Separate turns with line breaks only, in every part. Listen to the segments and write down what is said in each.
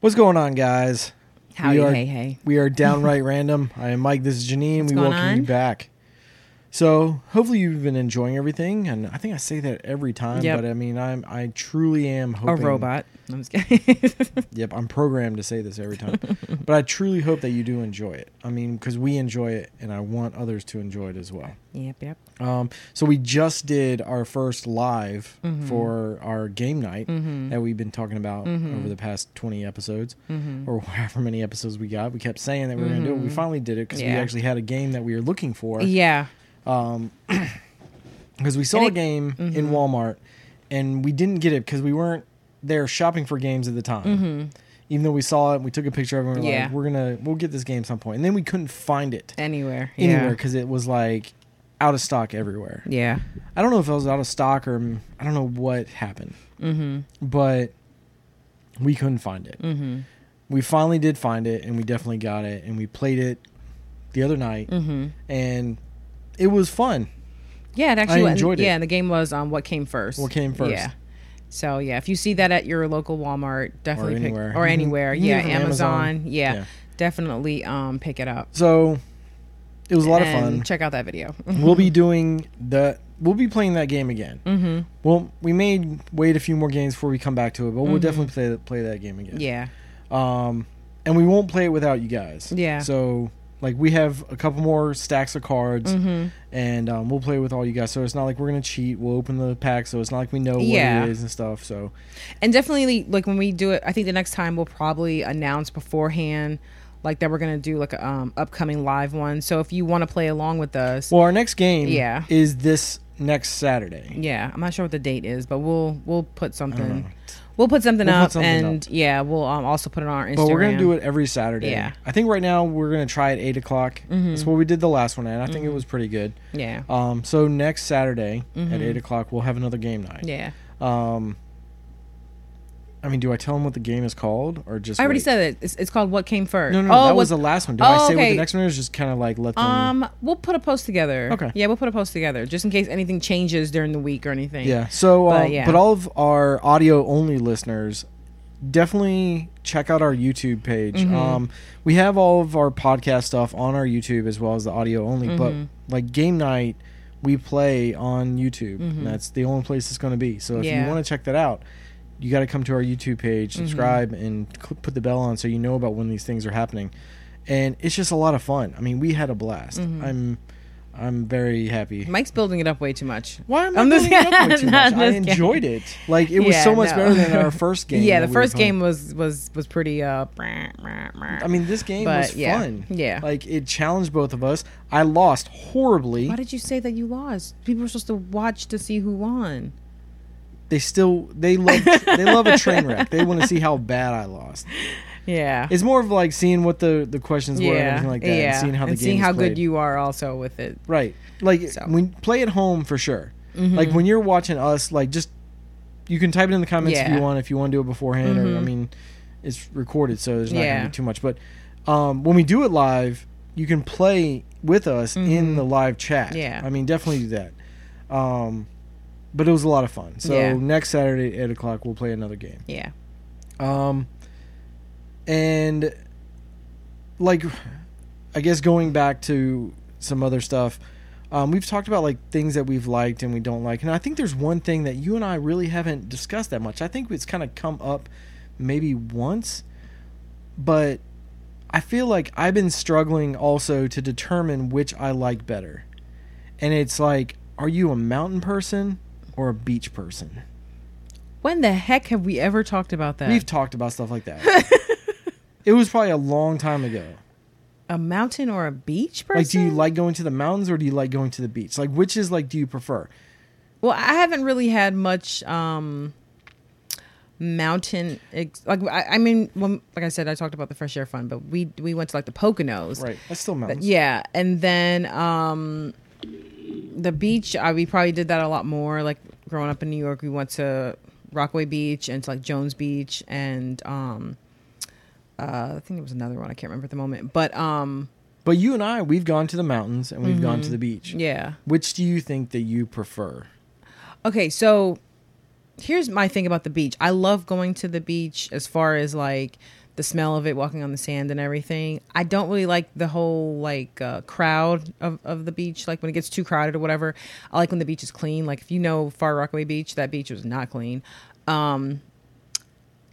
What's going on, guys?
Howdy,
we are,
hey, hey.
We are downright random. I am Mike. This is Janine. we
going
welcome you
on?
back. So, hopefully, you've been enjoying everything, and I think I say that every time.
Yep.
But I mean, I'm I truly am
A
hoping,
robot. I'm just kidding.
Yep, I'm programmed to say this every time. but I truly hope that you do enjoy it. I mean, because we enjoy it, and I want others to enjoy it as well.
yep, yep.
Um, so we just did our first live
Mm-hmm.
for our game night that we've been talking about
Mm-hmm.
over the past 20 episodes or however many episodes we got. We kept saying that we were going to do it. We finally did it because we
Mm-hmm. Yeah.
actually had a game that we were looking for
Yeah.
because we saw
And
a
it- Mm-hmm.
game in Walmart and we didn't get it because we weren't there shopping for games at the time. Even though we saw it, and we took a picture of it. And we were
Mm-hmm. Yeah.
like, we're gonna we'll get this game some point, and then we couldn't find it
Anywhere.
anywhere because it was like out of stock everywhere.
Yeah.
I don't know if it was out of stock or mm, I don't know what happened, mm-hmm. but we couldn't find
Mm.
it. Mm-hmm. We finally did find it, and we definitely got it, and we played it the other night,
Mm.
mm-hmm. and it was fun.
Yeah, it actually
I enjoyed it.
Yeah, and the game was um what came first.
What came first.
Yeah. So yeah, if you see that at your local Walmart, definitely pick
anywhere. Mm-hmm.
or anywhere.
Even
yeah,
from
Amazon.
Amazon.
Yeah,
Yeah.
Definitely um pick it up.
So it was a lot
and
of fun.
Check out that video.
we'll be doing the. We'll be playing that game again.
Mm.
Mm-hmm. Well, we may wait a few more games before we come back to it, but we'll definitely play play that game again.
yeah.
Um, and we won't play it without you guys.
Yeah.
So like we have a couple more stacks of cards,
Mm-hmm.
and um, we'll play with all you guys. So it's not like we're gonna cheat. We'll open the pack, so it's not like we know what
Yeah.
it is and stuff. So
And definitely like when we do it, I think the next time we'll probably announce beforehand like that we're gonna do like a um upcoming live one. So if you wanna play along with us,
well, our next game,
Yeah.
is this next Saturday.
Yeah, I'm not sure what the date is, but we'll we'll put
know.
something. We'll put something
We'll put
up,
something
and yeah, we'll um, also put it on our Instagram.
But we're gonna do it every Saturday.
Yeah. Mm-hmm.
I think right now we're gonna try at eight o'clock. That's what we did the last one, and I think it was pretty good.
Yeah,
Um, so next Saturday at eight o'clock we'll have another game night.
Mm-hmm. yeah.
Um, I mean, do I tell them what the game is called, or just?
I already
wait?
said it. It's, it's called "What Came First.
No, no, no that was
what-
the last one. Did I
Oh,
say what the
okay.
next one is? Just kind of like let them.
Um, we'll put a post together.
Okay.
Yeah, we'll put a post together just in case anything changes during the week or anything.
yeah. So, uh,
but
but,
yeah.
all of our audio only listeners, definitely check out our YouTube page.
Mm-hmm.
Um, we have all of our podcast stuff on our YouTube as well as the audio only.
Mm-hmm.
But like game night, we play on YouTube. And that's the only place it's going to be. So if
Mm-hmm. Yeah. Mm-hmm.
you want to check that out. You got to come to our YouTube page, subscribe, and cl- put the bell on so you know about when these things are happening. And it's just a lot of fun. I mean, we had a blast.
Mm-hmm.
I'm, I'm very happy.
Mike's building it up way too much.
Why am I
I'm just
building it up way too
kidding.
much?
I'm
I
just kidding.
enjoyed it. Like it was
Yeah,
so much
no.
better than our first game.
yeah,
that
the
we were
first
playing.
game was was was pretty. Uh, I
I mean, this game
But,
was
yeah.
fun.
Yeah.
like it challenged both of us. I lost horribly.
why did you say that you lost? People were supposed to watch to see who won.
They still they love they love a train wreck. They want to see how bad I lost.
Yeah.
It's more of like seeing what the the questions were and everything like that, and seeing how the game
seeing
is
how
played.
good you are also with it.
Right. Like
So. Mm-hmm.
when play at home for sure. Like when you're watching us, like just you can type it in the comments if
Yeah. Mm-hmm.
you want, if you want to do it beforehand, or I mean, it's recorded, so there's not
Yeah.
gonna be too much. But um, when we do it live, you can play with us in the live chat.
Mm-hmm. Yeah.
I mean, definitely do that. Um, but it was a lot of fun. So
Yeah.
next Saturday at eight o'clock, we'll play another game.
Yeah.
Um, and like, I guess going back to some other stuff, um, we've talked about like things that we've liked and we don't like, and I think there's one thing that you and I really haven't discussed that much. I think it's kind of come up maybe once, but I feel like I've been struggling also to determine which I like better, and it's like, are you a mountain person or a beach person?
When the heck have we ever talked about that?
We've talked about stuff like that. it was probably a long time ago.
a mountain or a beach person?
Like, do you like going to the mountains or do you like going to the beach? Like, which is like, do you prefer?
well, I haven't really had much um mountain ex- like I, I mean when, like I said I talked about the fresh air fund but we we went to like the Poconos
Right, that's still mountains.
yeah and then um the beach I we probably did that a lot more like growing up in New York we went to Rockaway Beach and to like Jones Beach and um uh I think there was another one I can't remember at the moment but um
But you and I, we've gone to the mountains and we've gone to the beach.
yeah
Which do you think that you prefer?
Okay, so here's my thing about the beach. I love going to the beach as far as like the smell of it walking on the sand and everything. I don't really like the whole like uh, crowd of, of the beach, like when it gets too crowded or whatever. I like when the beach is clean. Like if you know Far Rockaway Beach, that beach was not clean. Um,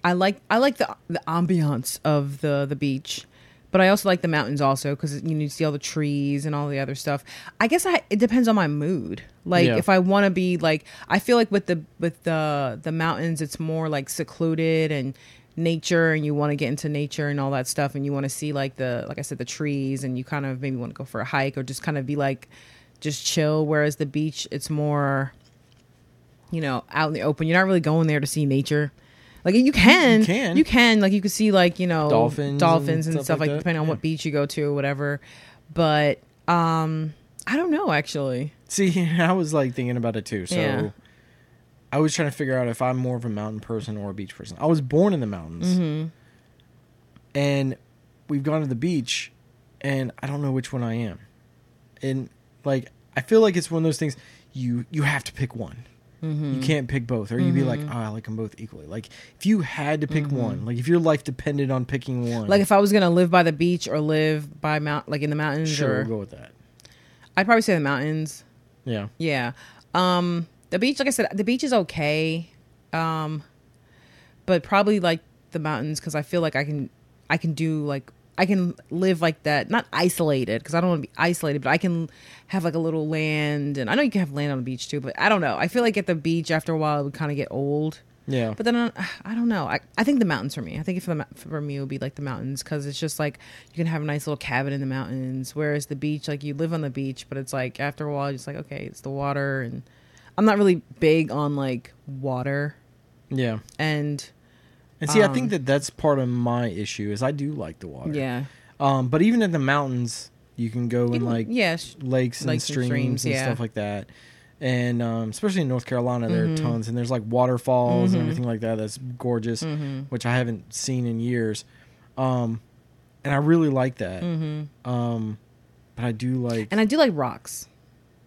I like I like the the ambiance of the the beach, but I also like the mountains also because you know, you see all the trees and all the other stuff. I guess I it depends on my mood. Like
Yeah.
if I want to be like I feel like with the with the the mountains, it's more like secluded and nature, and you want to get into nature and all that stuff, and you want to see like the like I said the trees, and you kind of maybe want to go for a hike or just kind of be like just chill. Whereas the beach, it's more you know, out in the open. You're not really going there to see nature. Like you can,
You can.
you can, like you could see like you know
Dolphins
dolphins and, stuff, like,
that,
depending on
yeah.
what beach you go to or whatever. But um, I don't know actually.
See, I was like thinking about it too. So
Yeah.
I was trying to figure out if I'm more of a mountain person or a beach person. I was born in the mountains.
Mm-hmm.
And we've gone to the beach and I don't know which one I am. And like I feel like it's one of those things you you have to pick one.
Mm-hmm.
You can't pick both or you'd be like, "Oh, I like them both equally." Like if you had to pick one, like if your life depended on picking one.
Mm-hmm. Like if I was gonna live by the beach or live by mount, like in the mountains,
sure,
or
we'll go with that.
I'd probably say the mountains.
Yeah.
Yeah. Um the beach, like I said, the beach is okay. Um but probably like the mountains cuz I feel like I can I can do like I can live like that, not isolated cuz I don't want to be isolated, but I can have like a little land and I know you can have land on the beach too, but I don't know. I feel like at the beach after a while it would kind of get old.
Yeah.
But then I don't- I don't know. I, I think the mountains for me. I think for the mou- for me it would be like the mountains because it's just like you can have a nice little cabin in the mountains. Whereas the beach, like you live on the beach, but it's like after a while, you're just like okay, it's the water, and I'm not really big on like water.
yeah.
And
And see, I think that that's part of my issue is I do like the water.
Um, yeah,
Um, but even in the mountains, you can go in like
yes,
lakes and
lakes and
streams and,
streams, yeah.
stuff like that. And um, especially in North Carolina, there
Mm-hmm.
are tons, and there's like waterfalls and everything like that. That's gorgeous,
Mm-hmm.
which I haven't seen in years. Um, and I really like that. Um, but I do like
Mm-hmm. and I do like rocks.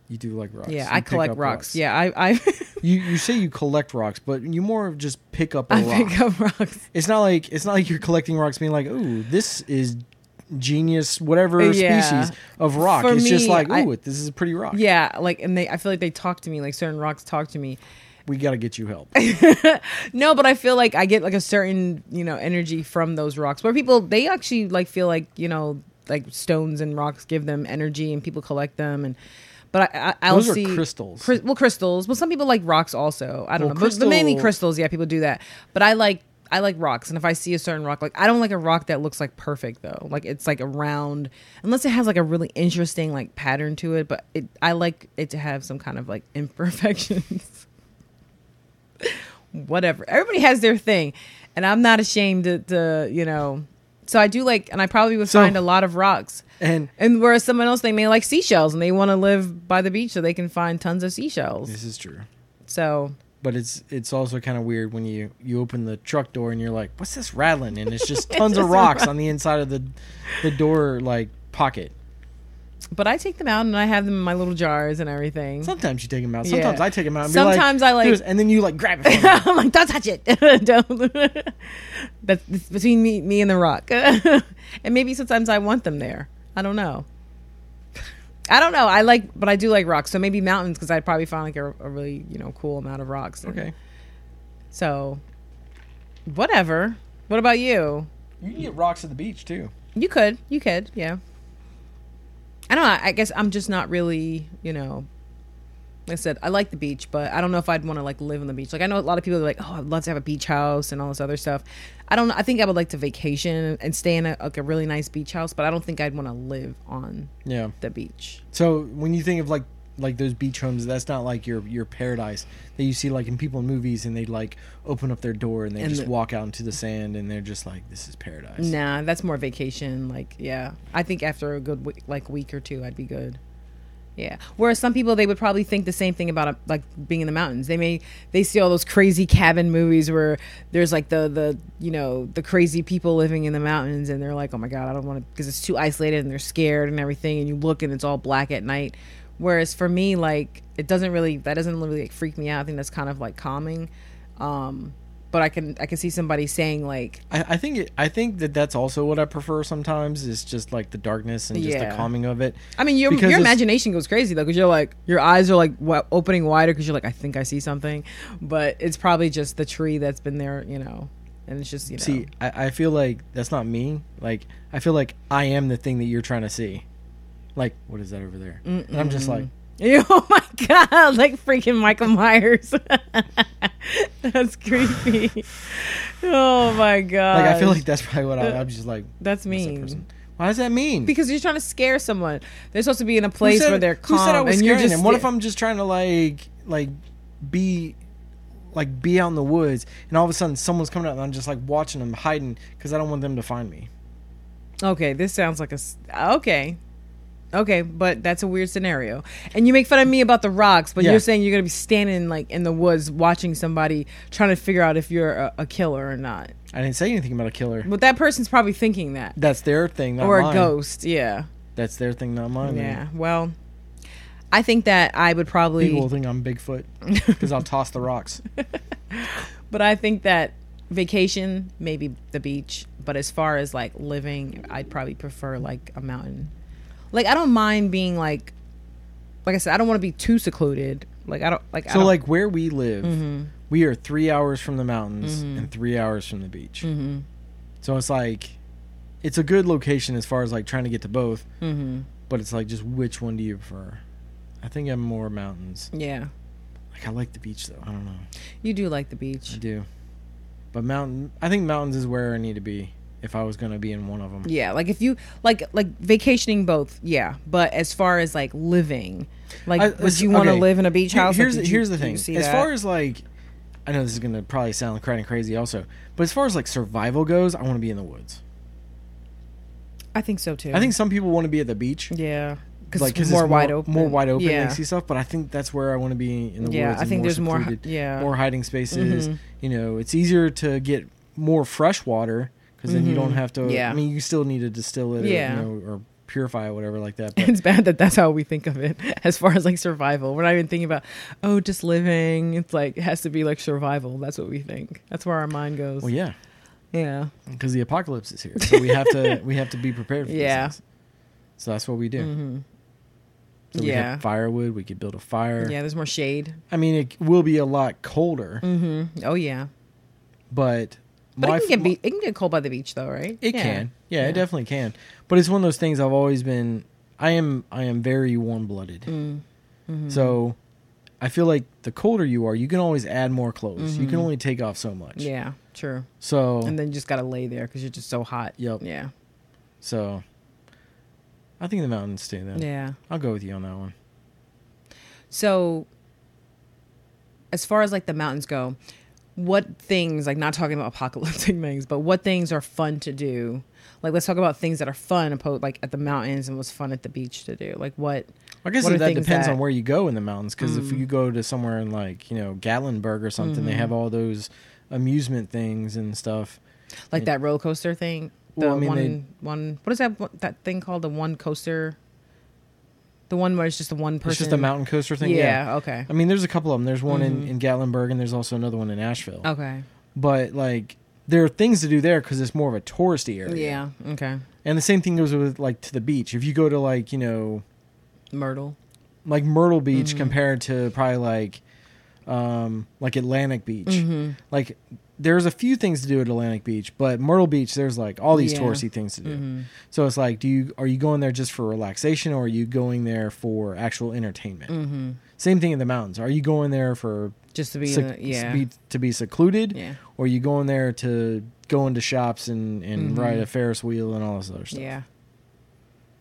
you do like rocks.
Yeah,
You
I
pick
collect
up
rocks. Yeah, I I,
you you say you collect rocks, but you more of just pick up a
I
rock.
pick up rocks.
It's not like it's not like you're collecting rocks, being like, "Ooh, this is genius, whatever
Yeah.
species of rock."
For
it's just
me,
like,
I-
"Ooh, this is a pretty rock."
Yeah, like and they I feel like they talk to me. Like certain rocks talk to me.
we got to get you help.
No, but I feel like I get like a certain you know energy from those rocks. Where people they actually like feel like you know like stones and rocks give them energy, and people collect them. And but I, I I'll
Those are
see
crystals.
Cry- well, crystals. Well, some people like rocks also. I don't
Well,
know, but, but mainly
crystal-
crystals. Yeah, people do that. But I like. I like rocks, and if I see a certain rock, like I don't like a rock that looks like perfect though. Like it's like a round, unless it has like a really interesting like pattern to it. But it, I like it to have some kind of like imperfections whatever. Everybody has their thing, and I'm not ashamed to, to you know. So I do like, and I probably would
So-
find a lot of rocks.
And
And whereas someone else, they may like seashells, and they want to live by the beach so they can find tons of seashells.
this is true,
So
but it's it's also kind of weird when you you open the truck door and you're like, "What's this rattling?" And it's just tons of
just
rocks on the inside of the the door like pocket.
but I take them out and I have them in my little jars and everything.
Sometimes you take them out. Sometimes
Yeah.
I take them out. And
Sometimes
be like,
I, like-
"Here's-" and then you like grab it. From them.
I'm like, don't touch it. don't. That's it's between me, me and the rock. and maybe sometimes I want them there. I don't know. I don't know. I like, but I do like rocks. So maybe mountains because I'd probably find like a, a really you know cool amount of rocks.
okay,
So, whatever. What about you?
you can get rocks at the beach too.
You could. You could. Yeah. I don't know. I guess I'm just not really, you know. Like I said, I like the beach, but I don't know if I'd want to like live on the beach. Like I know a lot of people are like, "Oh, I'd love to have a beach house and all this other stuff." I don't. know. I think I would like to vacation and stay in a, like a really nice beach house, but I don't think I'd want to live on
Yeah.
the beach.
So when you think of like like those beach homes, that's not like your your paradise that you see like in people in movies, and they like open up their door and they
And
just
the-
walk out into the sand, and they're just like, "This is paradise."
Nah, that's more vacation. Like, yeah, I think after a good week, like week or two, I'd be good. Yeah. Whereas some people, they would probably think the same thing about uh, like being in the mountains. They may they see all those crazy cabin movies where there's like the the you know the crazy people living in the mountains, and they're like, oh my god, I don't want to because it's too isolated and they're scared and everything. And you look and it's all black at night. Whereas for me, like it doesn't really that doesn't really like, freak me out. I think that's kind of like calming. Um, but I can I can see somebody saying like
I, I think it, I think that that's also what I prefer sometimes is just like the darkness and just
Yeah.
the calming of it.
I mean your
Because
your
it's-
imagination goes crazy though because you're like your eyes are like w- opening wider because you're like I think I see something, but it's probably just the tree that's been there you know, and it's just you know
See, I, I feel like that's not me. Like I feel like I am the thing that you're trying to see. Like what is that over there? And I'm just like
Ew, oh my god, like freaking Michael Myers. that's creepy. Oh my god.
like I feel like that's probably what I, I'm just like. what's
that's
that
mean.
person? Why does that mean?
because you're trying to scare someone. They're supposed to be in a
Who
place
said-
where they're
who
calm,
said I was
and you're
scaring
just.
them? What if I'm just trying to like like be like be out in the woods and all of a sudden someone's coming up and I'm just like watching them hiding because I don't want them to find me.
Okay, this sounds like a s- okay, okay, but that's a weird scenario. And you make fun of me about the rocks, but
Yeah.
you're saying you're gonna be standing like in the woods watching somebody trying to figure out if you're a, a killer or not.
I didn't say anything about a killer.
But that person's probably thinking that,
That's their thing, not
or
mine.
a ghost. Yeah,
That's their thing, not mine.
yeah. Well, I think that I would probably.
People will think I'm Bigfoot because I'll toss the rocks.
But I think that vacation, maybe the beach. But as far as like living, I'd probably prefer like a mountain. Like I don't mind being like, like I said, I don't want to be too secluded. Like I don't like. I
So
don't,
like where we live, we are three hours from the mountains and three hours from the beach.
Mm-hmm,
So it's like it's a good location as far as like trying to get to both.
Mhm.
But it's like just which one do you prefer? I think I'm more mountains.
yeah,
Like I like the beach though. I don't know.
you do like
I
the beach.
do. But mountain I think mountains is where I need to be if I was going to be in one of them.
Yeah, like if you like like vacationing both. Yeah, but as far as like living, like
I-
would
it's-
you want to
okay.
live in a beach
Here-
house? Like,
Here's
did you-
here's the
did you
thing.
see
As
that?
far as like, I know this is gonna probably sound kind of crazy also, but as far as like survival goes, I want to be in the woods.
I think so too.
I think some people want to be at the beach,
yeah, because
like
it's more wide open.
more wide open,
Yeah.
they see stuff. But I think that's where I want to be in the
Yeah,
woods.
I
and
think
more
there's more hi-
secluded,
yeah. Mm-hmm.
more hiding spaces. You know, it's easier to get more fresh water because then you don't have to.
Mm-hmm. Yeah.
I mean, you still need to distill it,
Yeah.
or, you know, or purify it, whatever like that. But
it's bad that that's how we think of it as far as like survival. We're not even thinking about, oh, just living. It's like, it has to be like survival. That's what we think. That's where our mind goes.
well, yeah,
yeah.
because the apocalypse is here, so we have to we have to be prepared for. these
Yeah. Mm-hmm.
things. So that's what we do. So we
yeah.
have firewood. We could build a fire.
Yeah. There's more shade.
I mean, it will be a lot colder,
Mm-hmm. Oh, yeah.
but
But
my
it,
f-
can get
my-
be- it can get cold by the beach, though, right?
It
Yeah.
can. Yeah,
Yeah.
it definitely can. But it's one of those things I've always been I am I am very warm blooded.
Mm. Mm-hmm.
So I feel like the colder you are, you can always add more clothes. You can only take off so much.
Mm-hmm. Yeah. True.
So
And then you just got to lay there because you're just so hot.
Yep.
Yeah.
so I think the mountains too then.
Yeah.
I'll go with you on that one.
So, as far as like the mountains go, what things, like not talking about apocalyptic things, but what things are fun to do? Like, let's talk about things that are fun, oppo- like at the mountains and what's fun at the beach to do. Like, what?
I guess
What are
that
things
depends
that- Mm.
on where you go in the mountains because if you go to somewhere in like, you know, Gatlinburg or something, they
Mm-hmm.
have all those amusement things and stuff.
Like that roller coaster thing? The
Well, I mean,
one,
they-
one, what is that, one- that thing called? The one coaster? The one where it's just the one person?
It's just a mountain coaster thing.
Yeah,
yeah.
okay.
I mean, there's a couple of them. There's one
Mm-hmm.
in, in Gatlinburg, and there's also another one in Asheville.
Okay.
But like, there are things to do there because it's more of a touristy area.
Yeah, okay.
And the same thing goes with like to the beach. If you go to like you know
Myrtle.
like Myrtle Beach
Mm-hmm.
compared to probably like um like Atlantic Beach,
Mm-hmm.
like there's a few things to do at Atlantic Beach, but Myrtle Beach there's like all these
Yeah. Mm-hmm.
touristy things to do. So it's like, do you are you going there just for relaxation or are you going there for actual entertainment?
Mm-hmm.
Same thing in the mountains. Are you going there for
Just to be, in
sec-
the, yeah.
be, to be secluded,
Yeah.
or you go in there to go into shops and, and ride a Ferris wheel and all this other stuff.
Mm-hmm. yeah.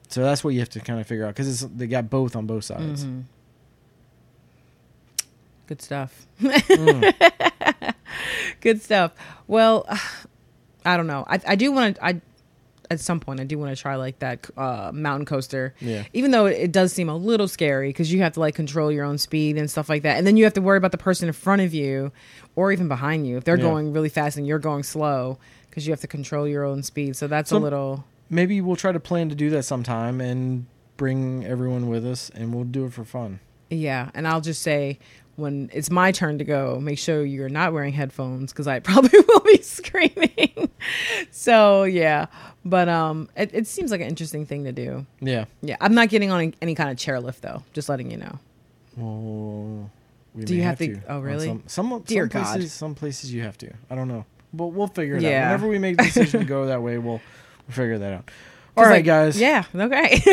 So that's what you have to kind of figure out because they got both on both sides.
Mm-hmm. Good stuff.
Mm.
Good stuff. Well, I don't know. I, I do want to. I at some point I do want to try like that uh, mountain coaster.
Yeah.
Even though it does seem a little scary because you have to like control your own speed and stuff like that, and then you have to worry about the person in front of you or even behind you if they're
Yeah.
going really fast and you're going slow because you have to control your own speed. So that's a
Some-
little.
Maybe we'll try to plan to do that sometime and bring everyone with us, and we'll do it for fun.
Yeah, and I'll just say when it's my turn to go, make sure you're not wearing headphones because I probably will be screaming. so yeah, but um, it, it seems like an interesting thing to do.
Yeah.
Yeah, I'm not getting on any kind of chairlift though. Just letting you know.
Well, we
Do
may
you have to- oh,
on
really?
Some some,
Dear
some places,
God.
some places you have to. I don't know, but we'll figure it
Yeah.
out. Whenever we make the decision to go that way, we'll, we'll figure that out. All
'Cause,
right,
like,
guys.
Yeah. Okay.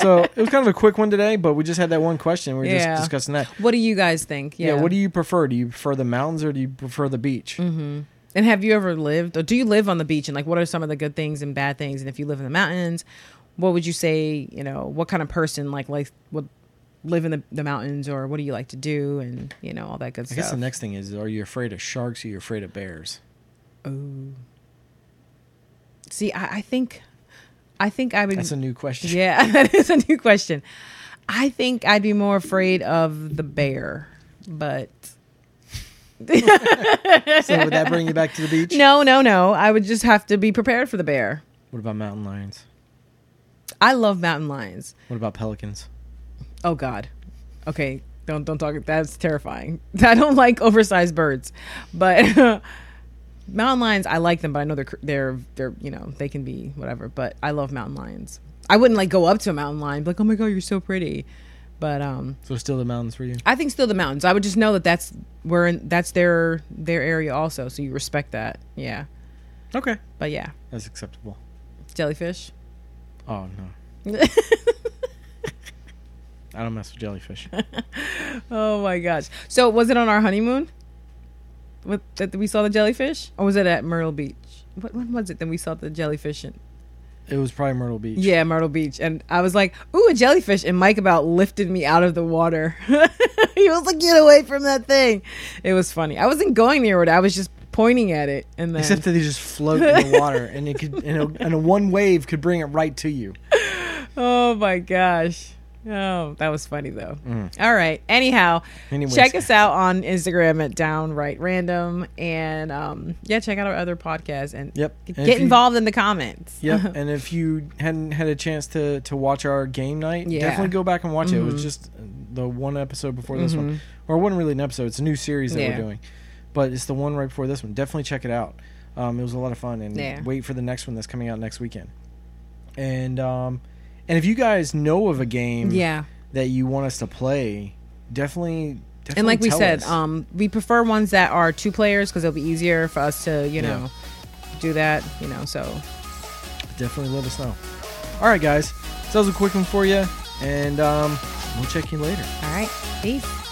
So it was kind of a quick one today, but we just had that one question. We were
Yeah.
just discussing that.
what do you guys think?
Yeah. What do you prefer? Do you prefer the mountains or do you prefer the beach?
hmm And have you ever lived, or do you live on the beach? And like, what are some of the good things and bad things? And if you live in the mountains, what would you say? You know, what kind of person like like would live in the, the mountains, or what do you like to do, and you know all that good
I
stuff.
guess the next thing is: Are you afraid of sharks? Or are you afraid of bears?
Ooh. See, I, I think, I think I would.
That's a new question.
yeah, that is a new question. I think I'd be more afraid of the bear, but
So would that bring you back to the beach?
no, no, no. I would just have to be prepared for the bear.
What about mountain lions?
I love mountain lions.
What about pelicans?
Oh God. Okay. Don't don't talk. That's terrifying. I don't like oversized birds, but mountain lions. I like them, but I know they're cr- they're they're you know they can be whatever. But I love mountain lions. I wouldn't like go up to a mountain lion, and be like oh my God, you're so pretty. But um,
So still the mountains for you?
I think still the mountains. I would just know that that's where in, that's their their area also. So you respect that. Yeah.
Okay,
But yeah,
that's acceptable.
jellyfish.
Oh no, I don't mess with jellyfish.
Oh my gosh. So was it on our honeymoon? With that we saw the jellyfish? Or was it at Myrtle Beach? What when was it that we saw the jellyfish in
It was probably Myrtle Beach.
Yeah, Myrtle Beach. And I was like, ooh, a jellyfish and Mike about lifted me out of the water. he was like, get away from that thing. It was funny. I wasn't going near it, I was just pointing at it and then
Except that they just float in the water, and it could, and a, and a one wave could bring it right to you.
Oh my gosh. Oh, that was funny though. All right. Anyhow,
Mm. Anyways.
check us out on Instagram at downright random and um yeah, check out our other podcasts and
Yep.
get
And if you-
involved in the comments.
Yep. and if you hadn't had a chance to to watch our game night,
Yeah. Mm-hmm.
definitely go back and watch it. It was just the one episode before this one, or it wasn't really an episode. It's a new series that
Yeah.
we're doing, but it's the one right before this one. Definitely check it out. Um, it was a lot of fun, and
Yeah.
wait for the next one that's coming out next weekend. And um, and if you guys know of a game,
Yeah.
that you want us to play, definitely. definitely
And like we
tell
said,
us.
um we prefer ones that are two players cuz it'll be easier for us to, you know, do that, you know. So,
definitely let us know. All right, guys, so that was a quick one for you, and um, we'll check you later.
all right. Peace.